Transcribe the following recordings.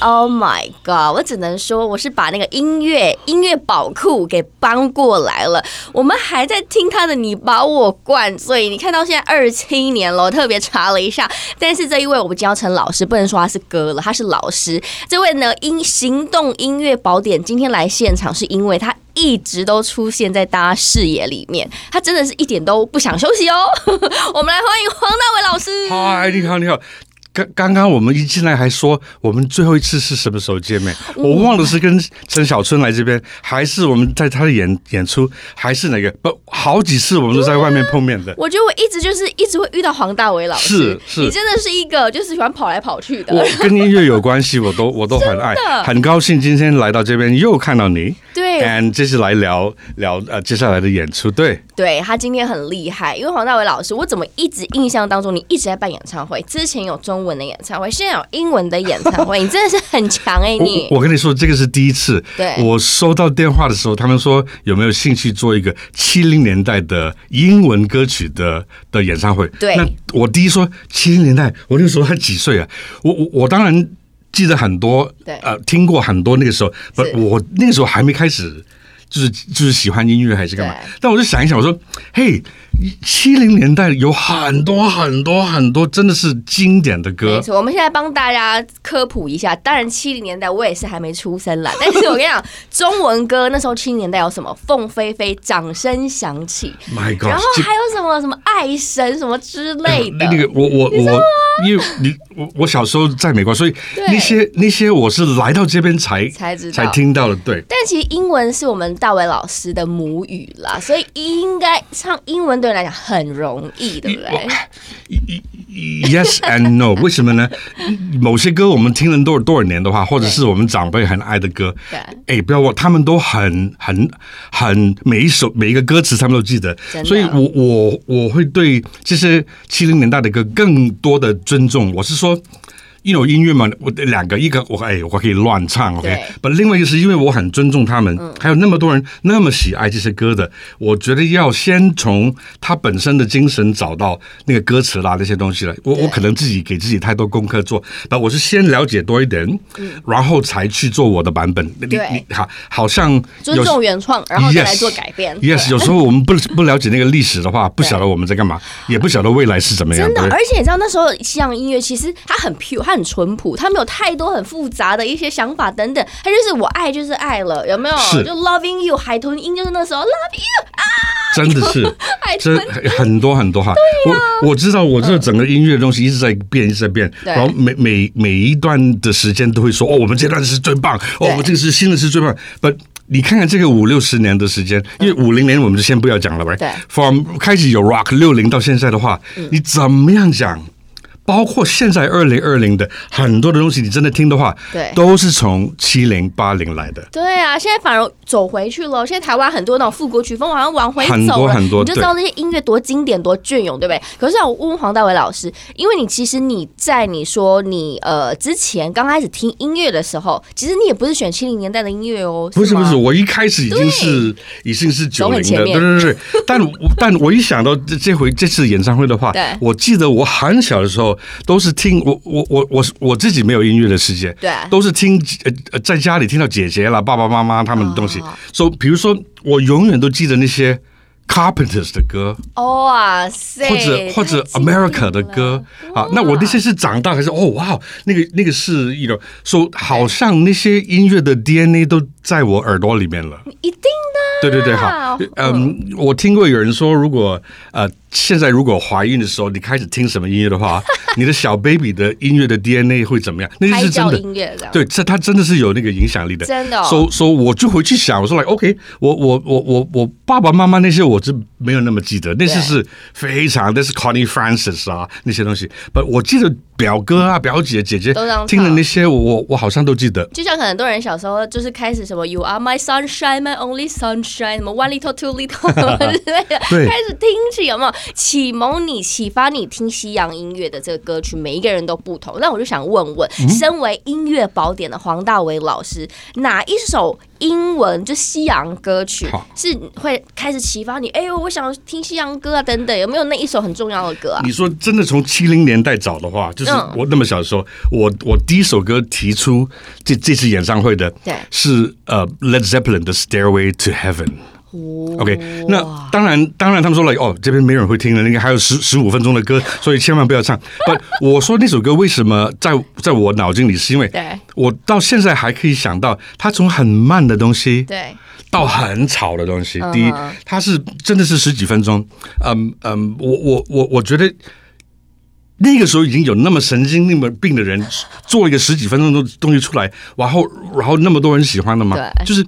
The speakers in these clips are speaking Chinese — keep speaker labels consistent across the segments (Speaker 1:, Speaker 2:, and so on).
Speaker 1: Oh my god！我只能说，我是把那个音乐音乐宝库给搬过来了。我们还在听他的《你把我灌醉》，你看到现在二七年了，我特别查了一下。但是这一位我们教成老师，不能说他是歌了，他是老师。这位呢，音行动音乐宝典今天来现场，是因为他一直都出现在大家视野里面，他真的是一点都不想休息哦。 我们来欢迎黄大炜老师。
Speaker 2: 嗨，你好，你好。刚刚刚我们一进来还说我们最后一次是什么时 候见面，我忘了是跟陈小春来这边，还是我们在他的演演出，还是哪个？不，好几次我们都在外面碰面 的。
Speaker 1: 我觉得我一直就是一直会遇到黄大炜老师，
Speaker 2: 是是
Speaker 1: 你真的是一个就是喜欢跑来跑去的
Speaker 2: 我，跟音乐有关系，我都我都很爱
Speaker 1: 真的，哎
Speaker 2: 很高兴今天来到这边又看到你。
Speaker 1: 对
Speaker 2: and 这次来聊聊呃接下来的演出，对，
Speaker 1: 对他今天很厉害，因为黄大炜老师，我怎么一直印象当中你一直在办演唱会，之前有中文的演唱会，现在有英文的演唱会，你真的是很强哎、
Speaker 2: 我
Speaker 1: 你
Speaker 2: 我跟你说这个是第一次，
Speaker 1: 对
Speaker 2: 我收到电话的时候，他们说有没有兴趣做一个七零年代的英文歌曲的的演唱会？
Speaker 1: 对
Speaker 2: 那我第一说七零年代，我那时候才几岁啊？我我我当然记得很多，
Speaker 1: 对
Speaker 2: 呃，听过很多那个时候，不
Speaker 1: 是，
Speaker 2: 我那个时候还没开始。就是就是喜欢音乐还是干嘛
Speaker 1: 对？
Speaker 2: 但我就想一想，我说，嘿，七零年代有很多很多很多真的是经典的歌
Speaker 1: 没，错，我们现在帮大家科普一下。当然，七零年代我也是还没出生啦，但是我跟你讲，中文歌那时候七零年代有什么？凤飞飞，掌声响起，
Speaker 2: My God！
Speaker 1: 然后
Speaker 2: 这哎
Speaker 1: 还有什么什么爱神什么之类的。
Speaker 2: 那个我我我，因为你我我小时候在美国，所以
Speaker 1: 啊对
Speaker 2: 那些那些我是来到这边才
Speaker 1: 才知道
Speaker 2: 才听到的。对，
Speaker 1: 但其实英文是我们大伟老师的母语啦，所以应该唱英文对你来讲很容易，对不对？
Speaker 2: 嗯 Yes and no，为什么呢？某些歌我们听了多少多少年的话，或者是我们长辈很爱的歌
Speaker 1: 对，
Speaker 2: 哎，不要忘，他们都很很很每一首每一个歌词他们都记得
Speaker 1: 真，的
Speaker 2: 所以我我我会对这些七零年代的歌更多的尊重。我是说。一种音乐嘛，我两个，一个我哎，我可以乱唱，OK，
Speaker 1: 对
Speaker 2: 不，另外一个是因为我很尊重他们，
Speaker 1: 嗯
Speaker 2: 还有那么多人那么喜爱这些歌的，我觉得要先从他本身的精神找到那个歌词啦那些东西了。我
Speaker 1: 对
Speaker 2: 我可能自己给自己太多功课做，那我是先了解多一点，然后才去做我的版本。你
Speaker 1: 嗯对
Speaker 2: 你好，好像有
Speaker 1: 尊重原创，然后再
Speaker 2: Yes
Speaker 1: 来做改变。
Speaker 2: Yes，
Speaker 1: 对
Speaker 2: 有时候我们不不了解那个历史的话，不晓得我们在干嘛，也不晓得未来是怎么样
Speaker 1: 真的，
Speaker 2: 对
Speaker 1: 而且你知道那时候西洋音乐其实它很 pure，它很淳朴，它没有太多很复杂的一些想法等等，它就是我爱就是爱了，有没有？
Speaker 2: 是
Speaker 1: 就 loving you，海豚音就是那时候 love you，
Speaker 2: 真的是。
Speaker 1: 海
Speaker 2: 这
Speaker 1: 豚
Speaker 2: 很很多很多哈，我我知道，我这整个音乐的东西一直在变，一直在变，
Speaker 1: 对
Speaker 2: 然后每每每一段的时间都会说，哦，我们这段是最棒，哦，
Speaker 1: 对
Speaker 2: 我这个是新的是最棒，不。你看看这个五六十年的时间，因为五零年我们就先不要讲了吧。
Speaker 1: 嗯对嗯
Speaker 2: ，from 开始有 rock 六零到现在的话，你怎么样讲？包括现在二零二零的很多的东西，你真的听的话，
Speaker 1: 对
Speaker 2: 都是从七零八零来的。
Speaker 1: 对啊，现在反而走回去了。现在台湾很多那种复古曲风，好像往回走了，
Speaker 2: 很多很多
Speaker 1: 你就知道那些音乐多经典、多隽永，对不对？可是啊我问问黄大炜老师，因为你其实你在你说你呃之前刚开始听音乐的时候，其实你也不是选七零年代的音乐哦，
Speaker 2: 不是
Speaker 1: 吗
Speaker 2: 不是，我一开始已经是已经是九
Speaker 1: 走很
Speaker 2: 零
Speaker 1: 前
Speaker 2: 的，对
Speaker 1: 面
Speaker 2: 对对。 对但我但我一想到这这回这次演唱会的话
Speaker 1: 对，
Speaker 2: 我记得我很小的时候都是听我我我我我自己没有音乐的世界，
Speaker 1: 对
Speaker 2: 都是听呃呃在家里听到姐姐啦、爸爸妈妈他们的东西
Speaker 1: 哦。
Speaker 2: 所以比如说，我永远都记得那些 Carpenters 的歌，
Speaker 1: 哦哇塞，
Speaker 2: 或者或者
Speaker 1: 太经典了
Speaker 2: America 的歌
Speaker 1: 哇
Speaker 2: 啊，那我那些是长大还是哦哇，那个那个是一种说，好像那些音乐的 DNA 都在我耳朵里面了。
Speaker 1: 一定的，
Speaker 2: 对对对，好，嗯，我听过有人说，如果呃，现在如果怀孕的时候你开始听什么音乐 的话，你的小 baby 的音乐的 DNA 会怎么样？那就
Speaker 1: 胎
Speaker 2: 是
Speaker 1: 啊
Speaker 2: 真
Speaker 1: 教
Speaker 2: 的。
Speaker 1: 音乐这样，
Speaker 2: 对，这它真的是有那个影响力的，
Speaker 1: 真的哦
Speaker 2: 所以所以我就回去想，我说来，OK，我我我我我爸爸妈妈那些我是没有那么记得，那些
Speaker 1: 对
Speaker 2: 是非常，那是 Connie Francis 啊那些东西，不，我记得表哥啊、表姐、姐姐
Speaker 1: 都让
Speaker 2: 听了
Speaker 1: 唱
Speaker 2: 那些，我我我好像都记得。
Speaker 1: 就像很多人小时候就是开始什么 “You are my sunshine, my only sunshine”，什么 “One little, two little” 什么之类的，
Speaker 2: 对
Speaker 1: 开始听起有没有启蒙你、启发你听西洋音乐的这个歌曲？每一个人都不同。那我就想问问，
Speaker 2: 嗯
Speaker 1: 身为音乐宝典的黄大炜老师，哪一首英文就西洋歌曲
Speaker 2: 好
Speaker 1: 是会开始启发你？哎呦，我想听西洋歌啊，等等，有没有那一首很重要的歌啊？
Speaker 2: 你说真的，从七零年代找的话，就是
Speaker 1: 嗯
Speaker 2: 我那么小的时候，我我第一首歌提出这这次演唱会的，
Speaker 1: 对
Speaker 2: 是呃 Led Zeppelin 的《Stairway to Heaven》。OK，那当然，当然，他们说了哦，这边没有人会听的，那个还有十十五分钟的 歌，所以千万不要唱。不，我说那首歌为什么在在我脑筋里，是因为
Speaker 1: 对
Speaker 2: 我到现在还可以想到，它从很慢的东西，
Speaker 1: 对，
Speaker 2: 到很吵的东西
Speaker 1: 嗯。
Speaker 2: 第一，它是真的是十几分钟，嗯嗯，我我我我觉得。那个时候已经有那么神经那么病的人做一个十几分钟的东西出来，然后然后那么多人喜欢的嘛，
Speaker 1: 对
Speaker 2: 就是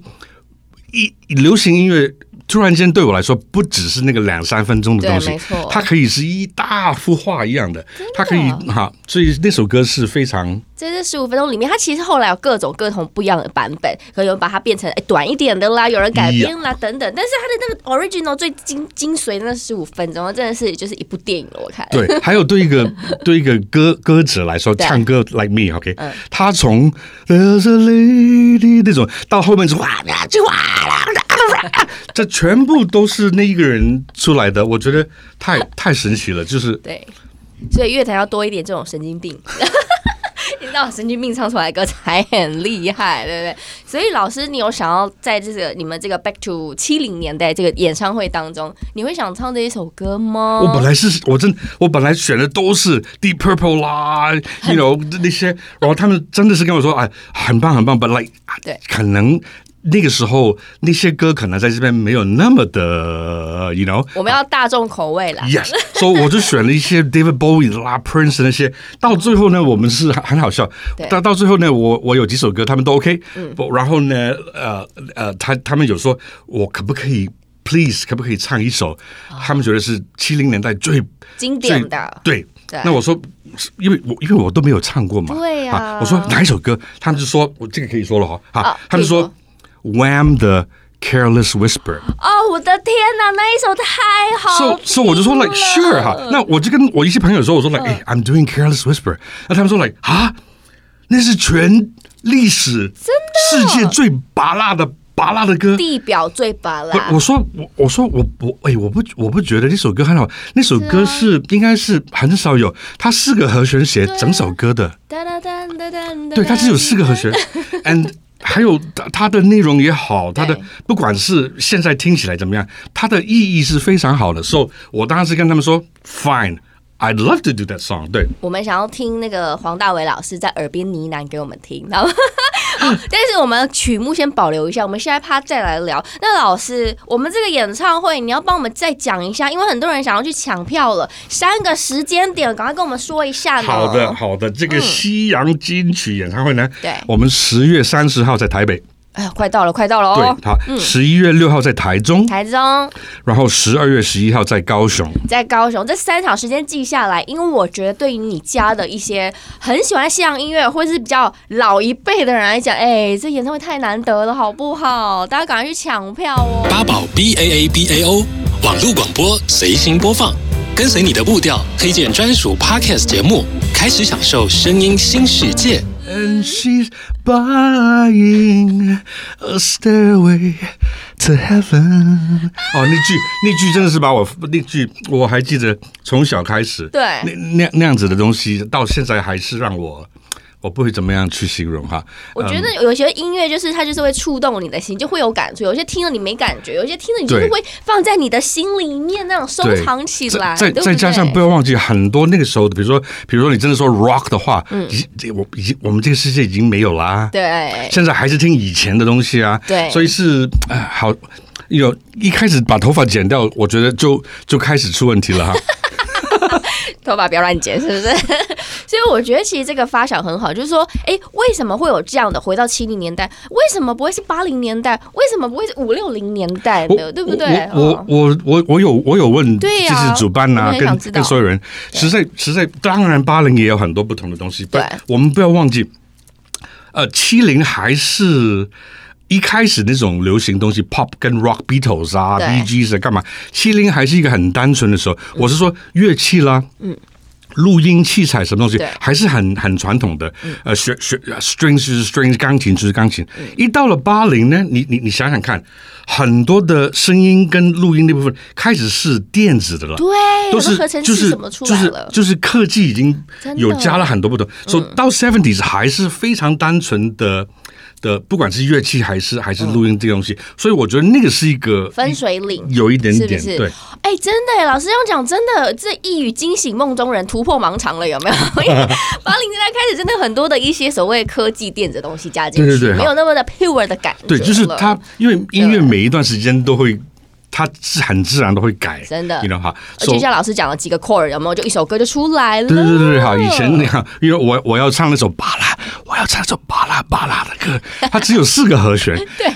Speaker 2: 一流行音乐突然间对我来说不只是那个两三分钟的东
Speaker 1: 对
Speaker 2: 西
Speaker 1: 没错，
Speaker 2: 它可以是一大幅画一样的，它可以哈，所以那首歌是非常
Speaker 1: 在这十五分钟里面，它其实后来有各种各种不一样的版本，可能有人把它变成哎短一点的啦，有人改编啦等等。但是它的那个 original 最精精髓的那十五分钟，真的是就是一部电影了。我看，
Speaker 2: 对，还有对 一个对一个歌歌者来说，
Speaker 1: 哎对
Speaker 2: 唱歌 like me，OK，、
Speaker 1: 嗯
Speaker 2: 他从 There's a lady 那种到后面是哇啦就哇啦啦啦，这全部都是那一个人出来的，我觉得太太神奇了，就是
Speaker 1: 对，所以乐坛要多一点这种神经病。 你知道神经病唱出来的歌才很厉害，对不对？所以老师，你有想要在这个你们这个 Back to 七零年代这个演唱会当中，你会想唱这一首歌吗？
Speaker 2: 我本来是
Speaker 1: 哦
Speaker 2: 我真我本来选的都是 Deep Purple 啦，you know 那些，然后他们真的是跟我说，哎，很棒很棒，but like 啊
Speaker 1: 对
Speaker 2: 可能。那个时候，那些歌可能在这边没有那么的，you know，
Speaker 1: 我们要大众口味啦。
Speaker 2: Yes，所、以我就选了一些 David Bowie 啦、Prince 那些。到最后呢，我们是很好笑
Speaker 1: 对。嗯
Speaker 2: 到到最后呢，我我有几首歌他们都 OK，、不然后呢，呃呃，他他们有说我可不可以 Please 可不可以唱一首，他们觉得是七零年代最
Speaker 1: 哦经典的
Speaker 2: 最对。
Speaker 1: 对
Speaker 2: 那我说，因为我因为我都没有唱过嘛，啊
Speaker 1: 对呀
Speaker 2: 我说哪一首歌，他们就说我这个可以说了哈，哈、
Speaker 1: 啊
Speaker 2: 他们
Speaker 1: 可以
Speaker 2: 说 Wham 的 Careless Whisper。
Speaker 1: 哦，我的天哪，那一首太好
Speaker 2: 所以所以我就说 like sure 哈，那我就跟我一些朋友说，我说
Speaker 1: 嗯
Speaker 2: like、哎 I'm doing careless whisper，那他们说 like 啊，那是全历史
Speaker 1: 真的
Speaker 2: 世界最拔辣的拔辣的歌。
Speaker 1: 地表最拔啦
Speaker 2: 不，我说我我说我我哎，我不我不觉得那首歌很好，那首歌是应该是很少有，它四个和弦
Speaker 1: 啊
Speaker 2: 写整首歌的，
Speaker 1: 哒哒哒哒哒哒
Speaker 2: 对，它只有四个和弦，and 还有它它的内容也好，它的
Speaker 1: 对
Speaker 2: 不管是现在听起来怎么样，它的意义是非常好的。So 我当时跟他们说，Fine。I'd love to do that song 对。
Speaker 1: 我们想要听那个黄大炜老师在耳边呢喃给我们听，然后。 好但是我们曲目先保留一下，我们下一趴再来聊。那老师，我们这个演唱会你要帮我们再讲一下，因为很多人想要去抢票了，三个时间点，赶快跟我们说一下呢。
Speaker 2: 好的，，好的，这个西洋金曲演唱会呢，
Speaker 1: 嗯对
Speaker 2: 我们十月三十号在台北，
Speaker 1: 哎呀，快到了，快到了哦。
Speaker 2: 对，好，十一月六号在台中，
Speaker 1: 台中，
Speaker 2: 然后十二月十一号在高雄，
Speaker 1: 在高雄这三场时间记下来，因为我觉得对于你家的一些很喜欢西洋音乐或是比较老一辈的人来讲，哎，这演唱会太难得了，好不好？大家赶快去抢票哦！
Speaker 3: 八宝 B A A B A O 网络广播随心播放，跟随你的步调，推荐专属 Podcast 节目，开始享受声音新世界。
Speaker 2: And she's buying a stairway to heaven。哦，那句那句真的是把我那句我还记得，从小开始，
Speaker 1: 对
Speaker 2: 那那那样子的东西，到现在还是让我我不会怎么样去形容哈。
Speaker 1: 我觉得有些音乐就是它就是会触动你的心，就会有感触；有些听了你没感觉，有些听了你就是
Speaker 2: 对
Speaker 1: 会放在你的心里面那种收
Speaker 2: 对
Speaker 1: 藏起来，
Speaker 2: 再再
Speaker 1: 对不
Speaker 2: 再加上不
Speaker 1: 对
Speaker 2: 要忘记，很多那个时候的，比如说，比如说你真的说 rock 的话，已经这我已经我们这个世界已经没有啦、
Speaker 1: 嗯对
Speaker 2: 现在还是听以前的东西啊。
Speaker 1: 哎对
Speaker 2: 所以是哎好有一开始把头发剪掉，我觉得就就开始出问 题了哈。
Speaker 1: 头发不要乱剪，是不 是？所以我觉得其实这个发想很好，就是说，哎，为什么会有这样的？回到七零年代，为什么不会是八零年代？为什么不会是五六零年代
Speaker 2: 我
Speaker 1: 呢？对不对？
Speaker 2: 我
Speaker 1: 哦
Speaker 2: 我我我我有我有问，
Speaker 1: 对呀
Speaker 2: 就是主办
Speaker 1: 我
Speaker 2: 呐、
Speaker 1: 们很想
Speaker 2: 跟
Speaker 1: 知道
Speaker 2: 跟所有人，实在实在，当然八零也有很多不同的东西，
Speaker 1: 对
Speaker 2: 但我们不要忘记，呃，七零还是。一开始那种流行东西，pop 跟 rock Beatles 啊、
Speaker 1: 对嗯
Speaker 2: B G 是干嘛？七零还是一个很单纯的时候，我是说乐器啦，嗯。录音器材什么东西
Speaker 1: 对嗯
Speaker 2: 还是很很传统的，呃，学学 strings 就是 strings，钢琴就是钢琴。一到了八零呢，你你你想想看，很多的声音跟录音那部分开始是电子的了，
Speaker 1: 对，
Speaker 2: 都
Speaker 1: 我
Speaker 2: 是
Speaker 1: 们合成
Speaker 2: 就
Speaker 1: 器
Speaker 2: 是
Speaker 1: 什么出来了？
Speaker 2: 就是就是科技已经
Speaker 1: 真的嗯
Speaker 2: 有加了很多不同，所以到 seventies 还是非常单纯的的，不管是乐器还是还是录音这个东西，所以我觉得那个是一个
Speaker 1: 嗯分水岭
Speaker 2: 一有一点
Speaker 1: 是不
Speaker 2: 点
Speaker 1: 是？
Speaker 2: 对。
Speaker 1: 哎、真的耶，老师这样讲，真的这一语惊醒梦中人，突破盲肠了，有没 有？因为八零年代开始，真的很多的一些所谓科技电子的东西加进去，
Speaker 2: 对对对
Speaker 1: 没有那么的 pure 的感觉
Speaker 2: 对，就是
Speaker 1: 了
Speaker 2: 它，因为音乐每一段时间都会，它自很自然都会改，
Speaker 1: 真的
Speaker 2: 你知道哈。
Speaker 1: 而且
Speaker 2: So-
Speaker 1: 像老师讲了几个 chord，有没有？就一首歌就出来了。
Speaker 2: 对对对对，好，以前
Speaker 1: 嗯
Speaker 2: 那样，因为我我要唱那首巴拉，我要唱那首巴拉巴拉的歌，它只有四个和弦。
Speaker 1: 对，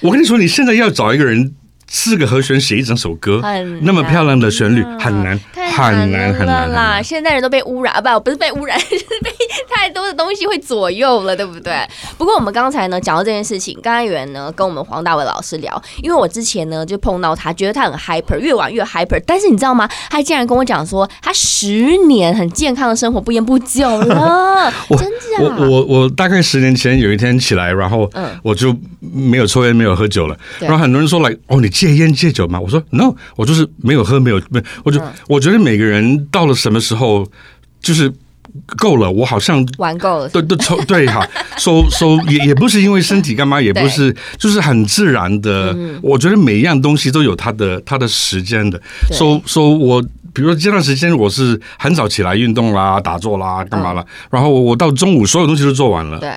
Speaker 2: 我跟你说，你现在要找一个人四个和弦写一整首歌
Speaker 1: 很，
Speaker 2: 那么漂亮的旋律
Speaker 1: 啊
Speaker 2: 很难，
Speaker 1: 太
Speaker 2: 很
Speaker 1: 难
Speaker 2: 难，很
Speaker 1: 了
Speaker 2: 难。很
Speaker 1: 啦！
Speaker 2: 难
Speaker 1: 现在人都被污染，啊不，不是被污染， 就是被太多的东西会左右了，对不对？不过我们刚才呢讲到这件事情，刚才有人呢跟我们黄大伟老师聊，因为我之前呢就碰到他，觉得他很 hyper，越玩越 hyper，但是你知道吗？他竟然跟我讲说，他十年很健康的生活不烟不酒了，
Speaker 2: 我
Speaker 1: 真假？
Speaker 2: 我我我大概十年前有一天起来，然后
Speaker 1: 嗯
Speaker 2: 我就没有抽烟，没有喝酒了。
Speaker 1: 对
Speaker 2: 然后很多人说来，哦，你戒烟戒酒吗？我说 no，我就是没有喝，没有没有，我
Speaker 1: 嗯
Speaker 2: 就、我觉得每个人到了什么时候就是够了，我好像
Speaker 1: 玩够了，
Speaker 2: 都都抽对哈，收收也也不是因为身体干嘛，也不是，就是很自然的。
Speaker 1: 嗯
Speaker 2: 我觉得每一样东西都有它的它的时间的。
Speaker 1: 对
Speaker 2: 收收我，比如说这段时间我是很早起来运动啦、打坐啦、干嘛啦，然后我到中午所有东西都做完了，
Speaker 1: 嗯对，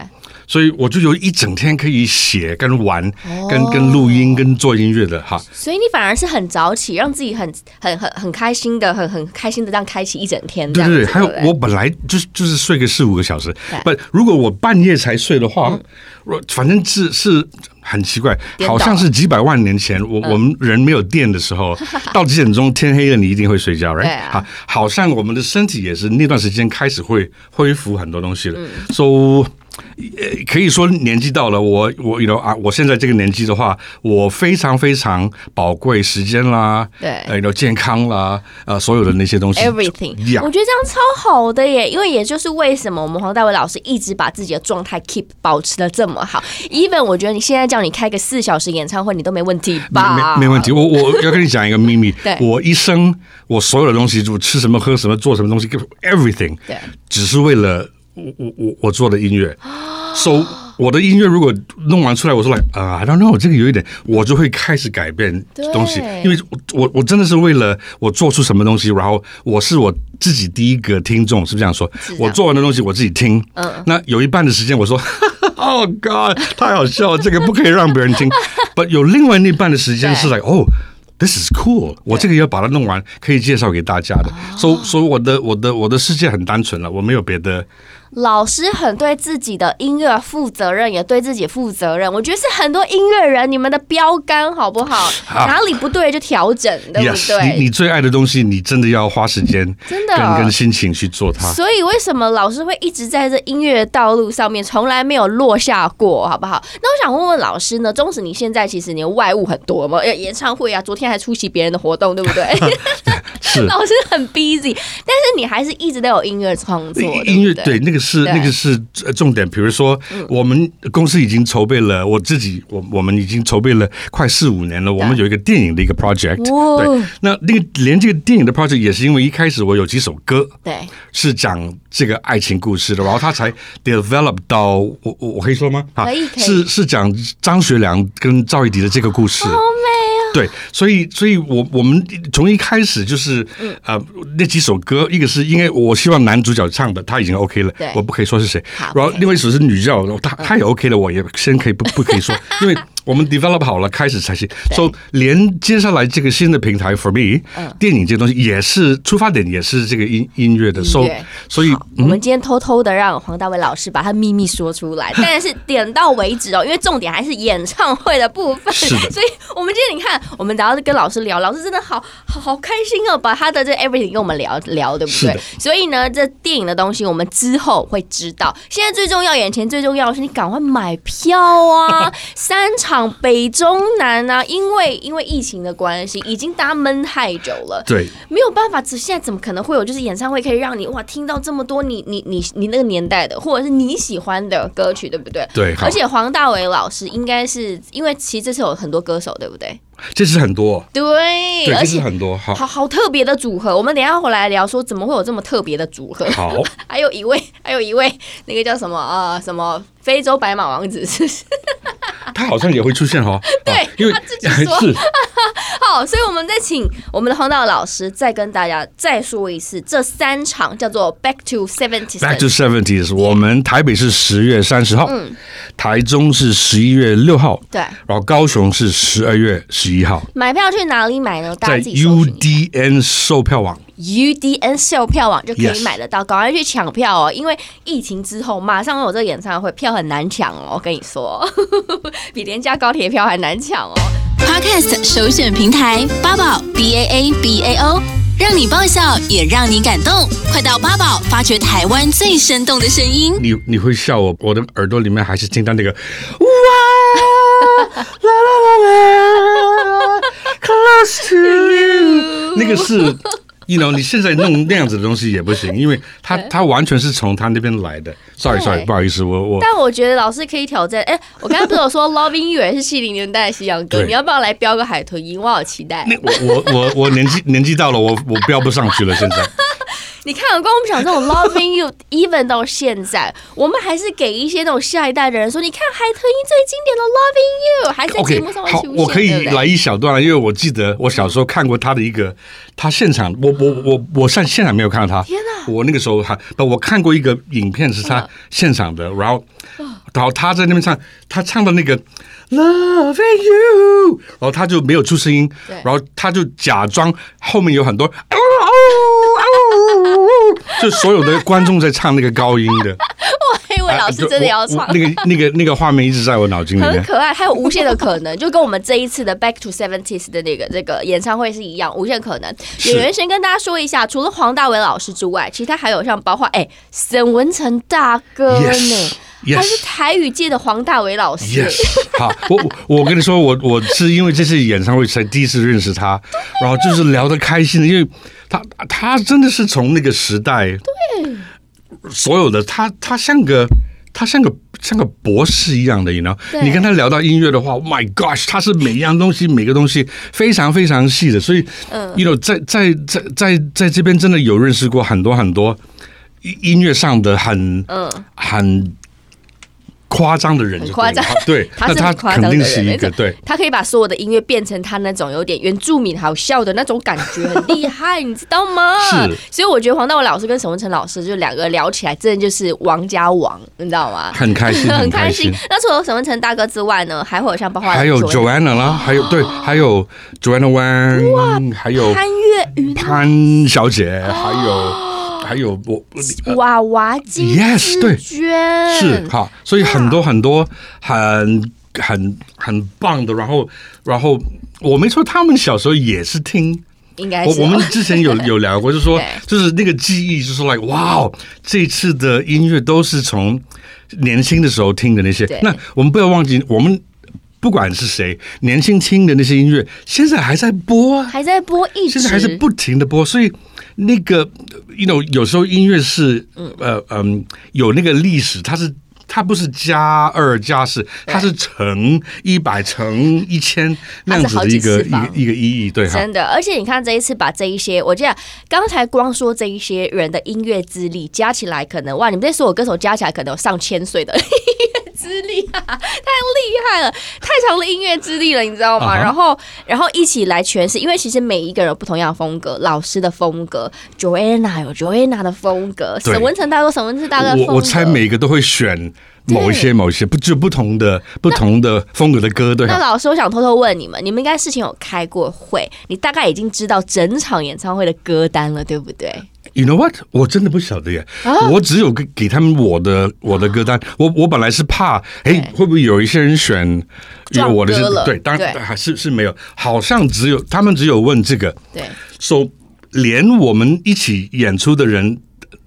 Speaker 2: 所以我就有一整天可以写、跟玩、跟
Speaker 1: 哦
Speaker 2: 跟录音、跟做音乐的哈。
Speaker 1: 所以你反而是很早起，让自己很很很很开心的，很很开心的这样开启一整天这
Speaker 2: 对
Speaker 1: 样子。
Speaker 2: 对对，还有
Speaker 1: 不对
Speaker 2: 我本来就是就是睡个四五个小时，不，如果我半夜才睡的话，我反正是是很奇怪，
Speaker 1: 嗯颠倒嗯
Speaker 2: 好像是几百万年前我、我们人没有电的 时候，到几点钟天黑了你一定会睡觉，right？
Speaker 1: 对啊
Speaker 2: 好，好像我们的身体也是那段时间开始会恢复很多东西
Speaker 1: 嗯
Speaker 2: 了，so。呃，可以说年纪到了，我我 you know 啊，我现在这个年纪的话，我非常非常宝贵时间啦，
Speaker 1: 对
Speaker 2: 呃，you know 健康啦，呃，所有的那些东西
Speaker 1: everything，、
Speaker 2: Yeah
Speaker 1: 我觉得这样超好的耶，因为也就是为什么我们黄大伟老师一直把自己的状态 keep 保持的这么好。even 我觉得你现在叫你开个四小时演唱会，你都没问题吧？
Speaker 2: 没没问题，。我我要跟你讲一个秘密
Speaker 1: 对，
Speaker 2: 我一生我所有的东西，就吃什么喝什么做什么东西，everything，
Speaker 1: 对
Speaker 2: 只是为了我我我我做的音 乐。so 我的音乐如果弄完出来，我说来啊、i don't know，这个有一点，我就会开始改变
Speaker 1: 对
Speaker 2: 东西，因为我我我真的是为了我做出什么东西，然后我是我自己第一个听众，是不是这样说？
Speaker 1: 是这样
Speaker 2: 我做完的东西我自己听，嗯，那有一半的时间我说。Oh God！太好笑了，这个不可以让别人 听。But 有另外那半的时间是来哦。This is cool！我这个要把它弄完，可以介绍给大家的。
Speaker 1: 哦
Speaker 2: 所以，所以我的我的我的世界很单纯了，我没有别的。
Speaker 1: 老师很对自己的音乐负责任，也对自己负责任。我觉得是很多音乐人你们的标杆，好不好？
Speaker 2: 啊
Speaker 1: 哪里不对就调整，对不
Speaker 2: Yes，
Speaker 1: 对？
Speaker 2: 你你最爱的东西，你真的要花时间，
Speaker 1: 真的
Speaker 2: 跟跟心情去做它。
Speaker 1: 所以为什么老师会一直在这音乐道路上面从来没有落下过，好不好？那我想问问老师呢，纵使你现在其实你的外务很多嘛，呃演唱会啊，昨天还出席别人的活动，对不对？
Speaker 2: 是
Speaker 1: 老师很 busy，但是你还是一直都有音乐创作，
Speaker 2: 音音乐
Speaker 1: 对不
Speaker 2: 那个是
Speaker 1: 对嗯
Speaker 2: 那个是呃重点。比如说，我们公司已经筹备了，我自己我我们已经筹备了快四五年了。我们有一个电影的一个 project，
Speaker 1: 哇
Speaker 2: 对，那那个连这个电影的 project 也是因为一开始我有几首歌，
Speaker 1: 对
Speaker 2: 是讲这个爱情故事的，然后他才 develop 到我我我可以说吗？啊
Speaker 1: 可以可以
Speaker 2: 是是讲张学良跟赵一迪的这个故事。
Speaker 1: 好 美
Speaker 2: 对，所以，所以我我们从一开始就是，
Speaker 1: 嗯
Speaker 2: 呃，那几首歌，一个是因为我希望男主角唱的他已经 OK 了
Speaker 1: 对，
Speaker 2: 我不可以说是谁
Speaker 1: 好，嗯
Speaker 2: 然后
Speaker 1: ，OK
Speaker 2: 另外一首是女教，他他也 OK 了，我也先可以不不可以说，因为我们 develop 好了，开始才行。所以连接下来这个新的平台 for me，、电
Speaker 1: 嗯
Speaker 2: 影这东西也是出发点，也是这个音音乐的。所以
Speaker 1: 乐
Speaker 2: 所以
Speaker 1: 我们今天偷偷的让黄大炜老师把他秘密说出 来，但是点到为止哦，因为重点还是演唱会的部分。
Speaker 2: 是 的
Speaker 1: 所以我们今天你看，我们然后跟老师聊，老师真的好好好开心哦，把他的这 everything 跟我们聊聊，对不
Speaker 2: 是
Speaker 1: 对
Speaker 2: 的？
Speaker 1: 所以呢，这电影的东西我们之后会知道。现在最重要，眼前最重要的是你赶快买票 啊！三场北中南啊，因为因为疫情的关系，已经大家闷太久了。
Speaker 2: 对
Speaker 1: 没有办法，只现在怎么可能会有就是演唱会可以让你哇听到这么多你你你你那个年代的或者是你喜欢的歌曲，对不对？
Speaker 2: 对，好
Speaker 1: 而，且黄大炜老师应该是因为其实这次有很多歌手，对不对？
Speaker 2: 这是很多，
Speaker 1: 对，
Speaker 2: 对，
Speaker 1: 哎而
Speaker 2: 这是
Speaker 1: 且
Speaker 2: 很多。好，
Speaker 1: 好好特别的组合，我们等一下回来聊说怎么会有这么特别的组 合。
Speaker 2: 好，
Speaker 1: 还有一位，还有一位，那个叫什么啊、呃什么非洲白马王子， 是不是？
Speaker 2: 他好像也会出现 哦。对因为
Speaker 1: 他自己说
Speaker 2: 是
Speaker 1: 好，所以我们再请我们的黄道老师再跟大家再说一次，这三场叫做 Back to Seventies。
Speaker 2: Back to Seventies，我们台北是十月三十号，台中是十一月六号，
Speaker 1: 嗯对
Speaker 2: 然后高雄是十二月十一号，
Speaker 1: 买票去哪里买呢？大家
Speaker 2: 在
Speaker 1: 自己搜寻
Speaker 2: UDN 售票网。
Speaker 1: UDN 售票网就可以
Speaker 2: Yes
Speaker 1: 买得到，赶快去抢票哦！因为疫情之后马上会有这个演唱会，票很难抢哦，我跟你说， 比廉价高铁票还难抢哦。
Speaker 4: Podcast 首选平台八宝 B A A B A O，让你爆笑也让你感动。快到八宝发掘台湾最生动的声音。
Speaker 2: 你你会笑我，我的耳朵里面还是听到那个哇啦啦啦啦，close to you，那个是。You know，你现在弄那样子的东西也不行，因为它它完全是从他那边来的。Sorry Sorry，
Speaker 1: 对
Speaker 2: 不好意思，我我
Speaker 1: 但我觉得老师可以挑战，哎、我刚刚不是有说 Love 音乐是七零年代的西洋歌，
Speaker 2: 对
Speaker 1: 你要不要来标个海豚音？我好期待。
Speaker 2: 那我我我我年纪年纪到了，我我飙不上去了。 现在
Speaker 1: 你看，我跟我们讲这种 loving you，even 到现在，我们还是给一些那种下一代的人说，你看海豚音最经典的 loving you，还在节
Speaker 2: OK，
Speaker 1: 目上会
Speaker 2: 好
Speaker 1: 出，现，
Speaker 2: 我可
Speaker 1: 对不
Speaker 2: 以
Speaker 1: 对
Speaker 2: 来一小段了，因为我记得我小时候看过他的一个，他现场，我我我我上现场没有看到他，
Speaker 1: 天哪嗯
Speaker 2: 我那个时候还，不，我看过一个影片是他现场的，然后然后他在那边唱，他唱的那个 Loving You，然后他就没有出声音
Speaker 1: 对，
Speaker 2: 然后他就假装后面有很多哦哦哦，就所有的观众在唱那个高音的。
Speaker 1: 因为老师真的要唱。
Speaker 2: 啊就我我那个那个那个画面一直在我脑筋里
Speaker 1: 很
Speaker 2: 面。
Speaker 1: 可爱，还有无限的可能，就跟我们这一次的 Back to Seventies 的那个这个演唱会是一样，无限可能。
Speaker 2: 是
Speaker 1: 演员先跟大家说一下，除了黄大炜老师之外，其实他还有像包括哎沈文成大哥呢
Speaker 2: Yes,
Speaker 1: 他
Speaker 2: yes,
Speaker 1: 是台语界的黄大炜老师。
Speaker 2: yes。好，我我跟你说，我我是因为这次演唱会才第一次认识他，然后就是聊得开心的，因为他他真的是从那个时代，对，所有的他他像个。他像个像个博士一样的，你知道？
Speaker 1: 对
Speaker 2: 你跟他聊到音乐的话、oh、，My gosh，他是每一样东西每个东西非常非常细的，所以，嗯，you know，在在在在在这边真的有认识过很多很多音音乐上的很
Speaker 1: 嗯，
Speaker 2: 很夸张的人就对了，
Speaker 1: 很夸张
Speaker 2: 对，
Speaker 1: 他
Speaker 2: 那
Speaker 1: 是
Speaker 2: 他
Speaker 1: 很夸张的
Speaker 2: 肯定是
Speaker 1: 人，
Speaker 2: 一
Speaker 1: 没
Speaker 2: 个
Speaker 1: 错，
Speaker 2: 对。
Speaker 1: 他可以把所有的音乐变成他那种有点原住民好笑的那种感觉，很厉害，你知道吗？
Speaker 2: 是
Speaker 1: 所以我觉得黄道文老师跟沈文成老师就两个聊起来，真的就是王加王，你知道吗？
Speaker 2: 很开心，
Speaker 1: 很
Speaker 2: 开
Speaker 1: 开心。。那除了沈文成大哥之外呢，还会有像包括
Speaker 2: 还有
Speaker 1: Joanna
Speaker 2: Joanna 啦，还有对，还有 Joanna Wang，还有
Speaker 1: 潘越云、
Speaker 2: 潘小姐，
Speaker 1: 哦
Speaker 2: 还有还有我呃
Speaker 1: 娃娃金
Speaker 2: Yes，对
Speaker 1: 志娟，
Speaker 2: 是好，所以很多很多很很很棒的。然后然后我没错，他们小时候也是听
Speaker 1: 应该
Speaker 2: 我
Speaker 1: 是
Speaker 2: 我们之前有有聊过，就是 说
Speaker 1: 对，
Speaker 2: 就是那个记忆，就是说，like，哇哦，这一次的音乐都是从年轻的时候听的那些
Speaker 1: 对。
Speaker 2: 那我们不要忘记，我们不管是谁，年轻听的那些音乐，现在还在播啊，
Speaker 1: 还在播一直，
Speaker 2: 现在还是不停的播，所以。那个，you know，有时候音乐是，呃，嗯，有那个历史，它是它不是加二加四，它是乘一百乘一千那样子的一个
Speaker 1: 它是好几次
Speaker 2: 一
Speaker 1: 方
Speaker 2: 个一个意义，对哈。
Speaker 1: 真的，而且你看这一次把这一些，我记得刚才光说这一些人的音乐资历加起来，可能哇，你们这所有歌手加起来可能有上千岁的 音乐资历啊，太厉害了，太长的音乐资历了，你知道吗
Speaker 2: 啊哈
Speaker 1: 然后，然后一起来诠释，因为其实每一个人有不同样的风格，老师的风格，Joanna 有 Joanna 的风格，
Speaker 2: 对
Speaker 1: 沈文成大哥有沈文成大哥的风
Speaker 2: 我
Speaker 1: 格，
Speaker 2: 我猜每个都会选某一些某一些不就不同的不同的风格的歌，对
Speaker 1: 那
Speaker 2: 啊，
Speaker 1: 老师，我想偷偷问你们，你们应该事情有开过会，你大概已经知道整场演唱会的歌单了，对不对？
Speaker 2: You know what？我真的不晓得耶，
Speaker 1: 啊
Speaker 2: 我只有给给他们我的我的歌单。我我本来是怕，哎，会不会有一些人选因为
Speaker 1: 撞
Speaker 2: 我的是
Speaker 1: 歌了
Speaker 2: 对，当
Speaker 1: 对
Speaker 2: 然还是是没有，好像只有他们只有问这个，
Speaker 1: 对，
Speaker 2: 说、连我们一起演出的人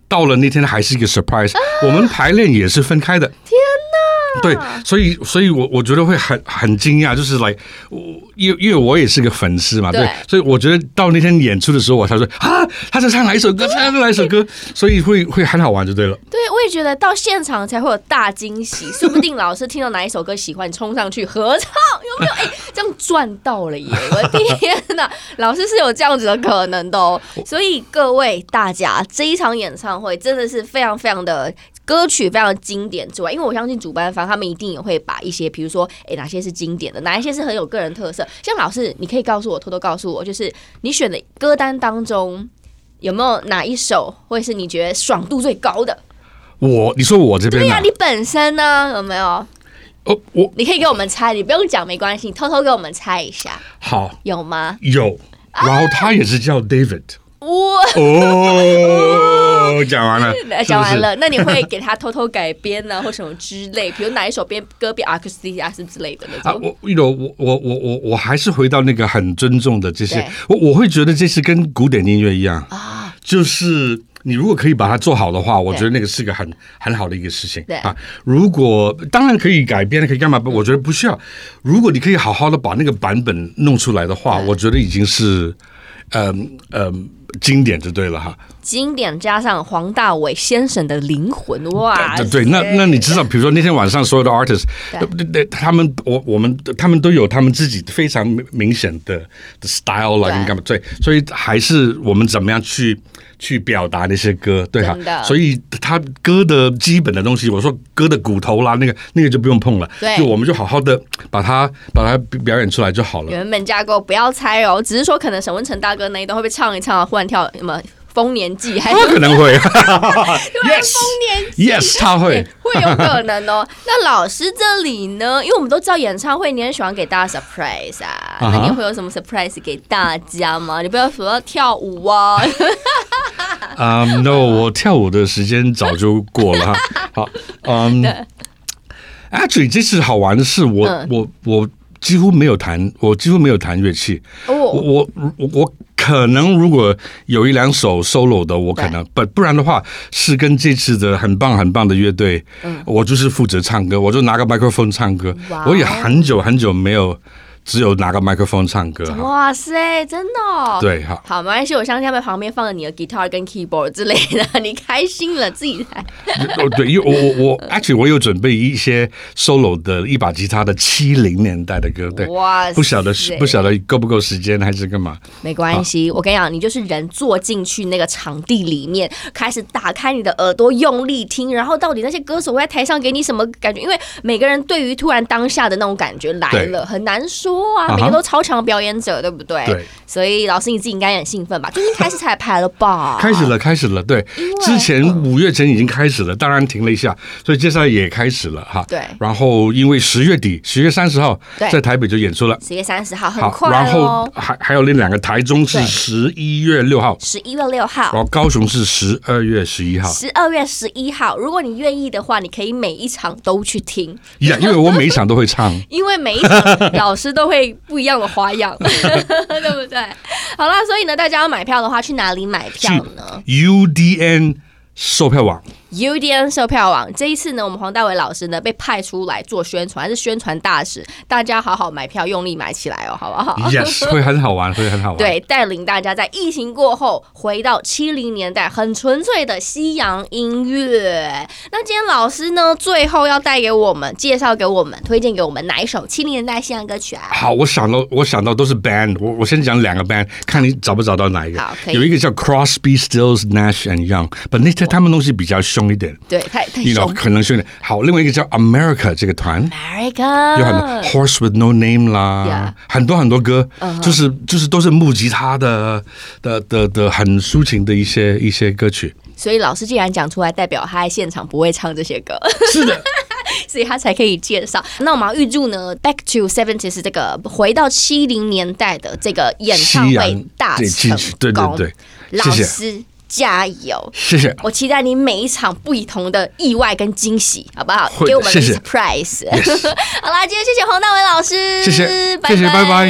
Speaker 2: 到了那天还是一个
Speaker 1: 啊
Speaker 2: surprise，、我们排练也是分开的。天哪！对，所以，所以我我觉得会很很惊讶，就是来，我因为因为我也是个粉丝嘛，对，
Speaker 1: 对
Speaker 2: 所以我觉得到那天演出的时候，我才说啊，他在唱哪一首歌，唱哪一首
Speaker 1: 嗯
Speaker 2: 歌，所以会会很好玩就对了。
Speaker 1: 对，我也觉得到现场才会有大惊喜，说不定老师听到哪一首歌喜欢，冲上去合唱，有没有？哎、这样赚到了耶！我的天哪，老师是有这样子的可能的哦。所以各位大家，这一场演唱会真的是非常非常的。歌曲非常经典之外，因为我相信主办方他们一定也会把一些，比如说，哎，哪些是经典的，哪一些是很有个人特色。像老师，你可以告诉我，偷偷告诉我，就是你选的歌单当中有没有哪一首会是你觉得爽度最高的？
Speaker 2: 我你说我这边
Speaker 1: 对
Speaker 2: 呢、
Speaker 1: 呀、你本身呢有没有？
Speaker 2: 哦，我
Speaker 1: 你可以给我们猜，你不用讲没关系，你偷偷给我们猜一下，
Speaker 2: 好
Speaker 1: 有吗？
Speaker 2: 有，
Speaker 1: 啊
Speaker 2: 然后他也是叫 David，、
Speaker 1: 我
Speaker 2: 哦，讲完了，
Speaker 1: 讲完
Speaker 2: 是不是
Speaker 1: 了，那你会给他偷偷改编呢、或什么之 类？比如哪一首编歌变阿克斯蒂亚斯之类的那
Speaker 2: 啊，
Speaker 1: 种？
Speaker 2: 我一楼，我我我我我还是回到那个很尊重的这些
Speaker 1: 对，
Speaker 2: 我我会觉得这是跟古典音乐一样，
Speaker 1: 啊，
Speaker 2: 就是你如果可以把它做好的话，我
Speaker 1: 对
Speaker 2: 觉得那个是个很很好的一个事情
Speaker 1: 对嗯
Speaker 2: 啊。如果当然可以改编，可以干嘛？我觉得不需要。如果你可以好好的把那个版本弄出来的话，我觉得已经是，嗯嗯。经典就对了哈，
Speaker 1: 经典加上黄大炜先生的灵魂，哇！
Speaker 2: 对对，那那你知道，比如说那天晚上所有的 artist，对对，他们我我们他们都有他们自己非常明显的的 style 啦，
Speaker 1: 对
Speaker 2: 跟干嘛？对，所以还是我们怎么样去去表达那些歌，对哈
Speaker 1: 真的。
Speaker 2: 所以他歌的基本的东西，我说歌的骨头啦，那个那个就不用碰了，
Speaker 1: 对
Speaker 2: 就我们就好好的把它把它表演出来就好了。
Speaker 1: 原本架构不要猜哦，只是说可能沈文成大哥那一段会不会唱一唱啊，忽然跳什么丰年祭，还
Speaker 2: 哦他
Speaker 1: 是
Speaker 2: 可能 会
Speaker 1: 突然丰年祭
Speaker 2: ，yes，yes，他会
Speaker 1: 对。 会有可能哦。那老师这里呢？因为我们都知道演唱会，你很喜欢给大家 surprise 啊，
Speaker 2: 啊哈
Speaker 1: 那你会有什么 surprise 给大家吗？你不要说要跳舞哦，
Speaker 2: 啊、n o 我跳舞的时间早就过 了哈。好，嗯、a c t u a l l y 这次好玩的是我，
Speaker 1: 嗯
Speaker 2: 我我几乎没有弹，我几乎没有弹乐器。我
Speaker 1: 哦，
Speaker 2: 我我我可能如果有一两首 solo 的，我可能不不然的话，是跟这次的很棒很棒的乐队，我就是负责唱歌，我就拿个麦克风唱歌
Speaker 1: 嗯哇。哦
Speaker 2: 我也很久很久没有只有拿个麦克风唱歌哈。
Speaker 1: 哇塞，真的、哦，。
Speaker 2: 对，好。
Speaker 1: 好，没关系，我相信他们旁边放了你的 guitar 跟 keyboard 之类的， 你开心了自己来。
Speaker 2: 哦，对，因为我
Speaker 1: 嗯
Speaker 2: 我我，actually 我有准备一些 solo 的一把吉他的七零年代的歌，对，
Speaker 1: 哇塞啊
Speaker 2: 不晓得是不晓得够不够时间还是干嘛？
Speaker 1: 没关系，我跟你讲，你就是人坐进去那个场地里面，开始打开你的耳朵，用力听，然后到底那些歌手会在台上给你什么感觉？因为每个人对于突然当下的那种感觉来了，很难说
Speaker 2: 啊
Speaker 1: 啊，
Speaker 2: 哈
Speaker 1: 每个都超强表演者，对不对？
Speaker 2: 对。
Speaker 1: 所以老师你自己应该也很兴奋吧？最近开始彩排了吧？
Speaker 2: 开始。了，开始了，对，之前
Speaker 1: 嗯
Speaker 2: 五月前已经开始了，当然停了一下，所以接下来也开始了哈。
Speaker 1: 对
Speaker 2: 然后因为十月底，十月三十号
Speaker 1: 对
Speaker 2: 在台北就演出了，
Speaker 1: 十月三十号，很
Speaker 2: 好，
Speaker 1: 快
Speaker 2: 然后
Speaker 1: 哦，
Speaker 2: 还还有另两个台中是
Speaker 1: 对
Speaker 2: 十一月六号，
Speaker 1: 十一月六号
Speaker 2: 然。后高雄是十二月十一号。
Speaker 1: 十二月十一号，如果你愿意的话，你可以每一场都去听，
Speaker 2: 呀，因为我每一场都会唱，
Speaker 1: 因为每一场 老师都会不一样的花样， 对不对？好啦，所以呢，大家要买票的话，去哪里买票呢
Speaker 2: 去 UDN 售票网。
Speaker 1: ？UDN 售票网。这一次呢，我们黄大炜老师呢被派出来做宣传，还是宣传大使，大家好好买票，用力买起来哦，好不好？
Speaker 2: Yes，会很好玩，会很好玩。
Speaker 1: 对，带领大家在疫情过后回到七零年代很纯粹的西洋音乐。那今天老师呢，最后要带给我们介绍给我们推荐给我们哪一首七零年代西洋歌曲啊？
Speaker 2: 好，我想到我想到都是 band，我我先讲两个 band，看你找不找到哪一个
Speaker 1: 好。可以
Speaker 2: 有一个叫 Crosby, Stills, Nash and Young，but 那些他们东西比较凶一点
Speaker 1: 对，太太
Speaker 2: ，you
Speaker 1: 哦凶
Speaker 2: know 可能凶一点。好，另外一个叫 America 这个团。
Speaker 1: ，America
Speaker 2: 有很多 Horse with No Name 啦很多很多歌
Speaker 1: Uh-huh
Speaker 2: 就是就是都是木吉他的的的的很抒情的一些一些歌曲。
Speaker 1: 所以老师既然讲出来，代表他在现场不会唱这些歌，
Speaker 2: 是的，
Speaker 1: 所以他才可以介绍。那我们要预祝呢，Back to Seventies 这个回到七零年代的这个演唱
Speaker 2: 夕
Speaker 1: 会
Speaker 2: 阳
Speaker 1: 大
Speaker 2: 对
Speaker 1: 成
Speaker 2: 进
Speaker 1: 功
Speaker 2: 去，，对对对，
Speaker 1: 老
Speaker 2: 谢谢
Speaker 1: 师加油！
Speaker 2: 谢谢。
Speaker 1: 我期待你每一场不同的意外跟惊喜，好不好？
Speaker 2: 会的
Speaker 1: 给我们一个
Speaker 2: 谢谢
Speaker 1: surprise。好 啦，今天谢谢黄大炜老师，
Speaker 2: 谢谢谢谢拜拜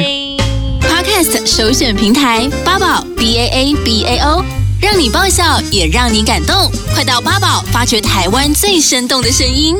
Speaker 4: Podcast 首选平台八宝 B A A B A O，让你爆笑也让你感动，快到八宝发掘台湾最生动的声音。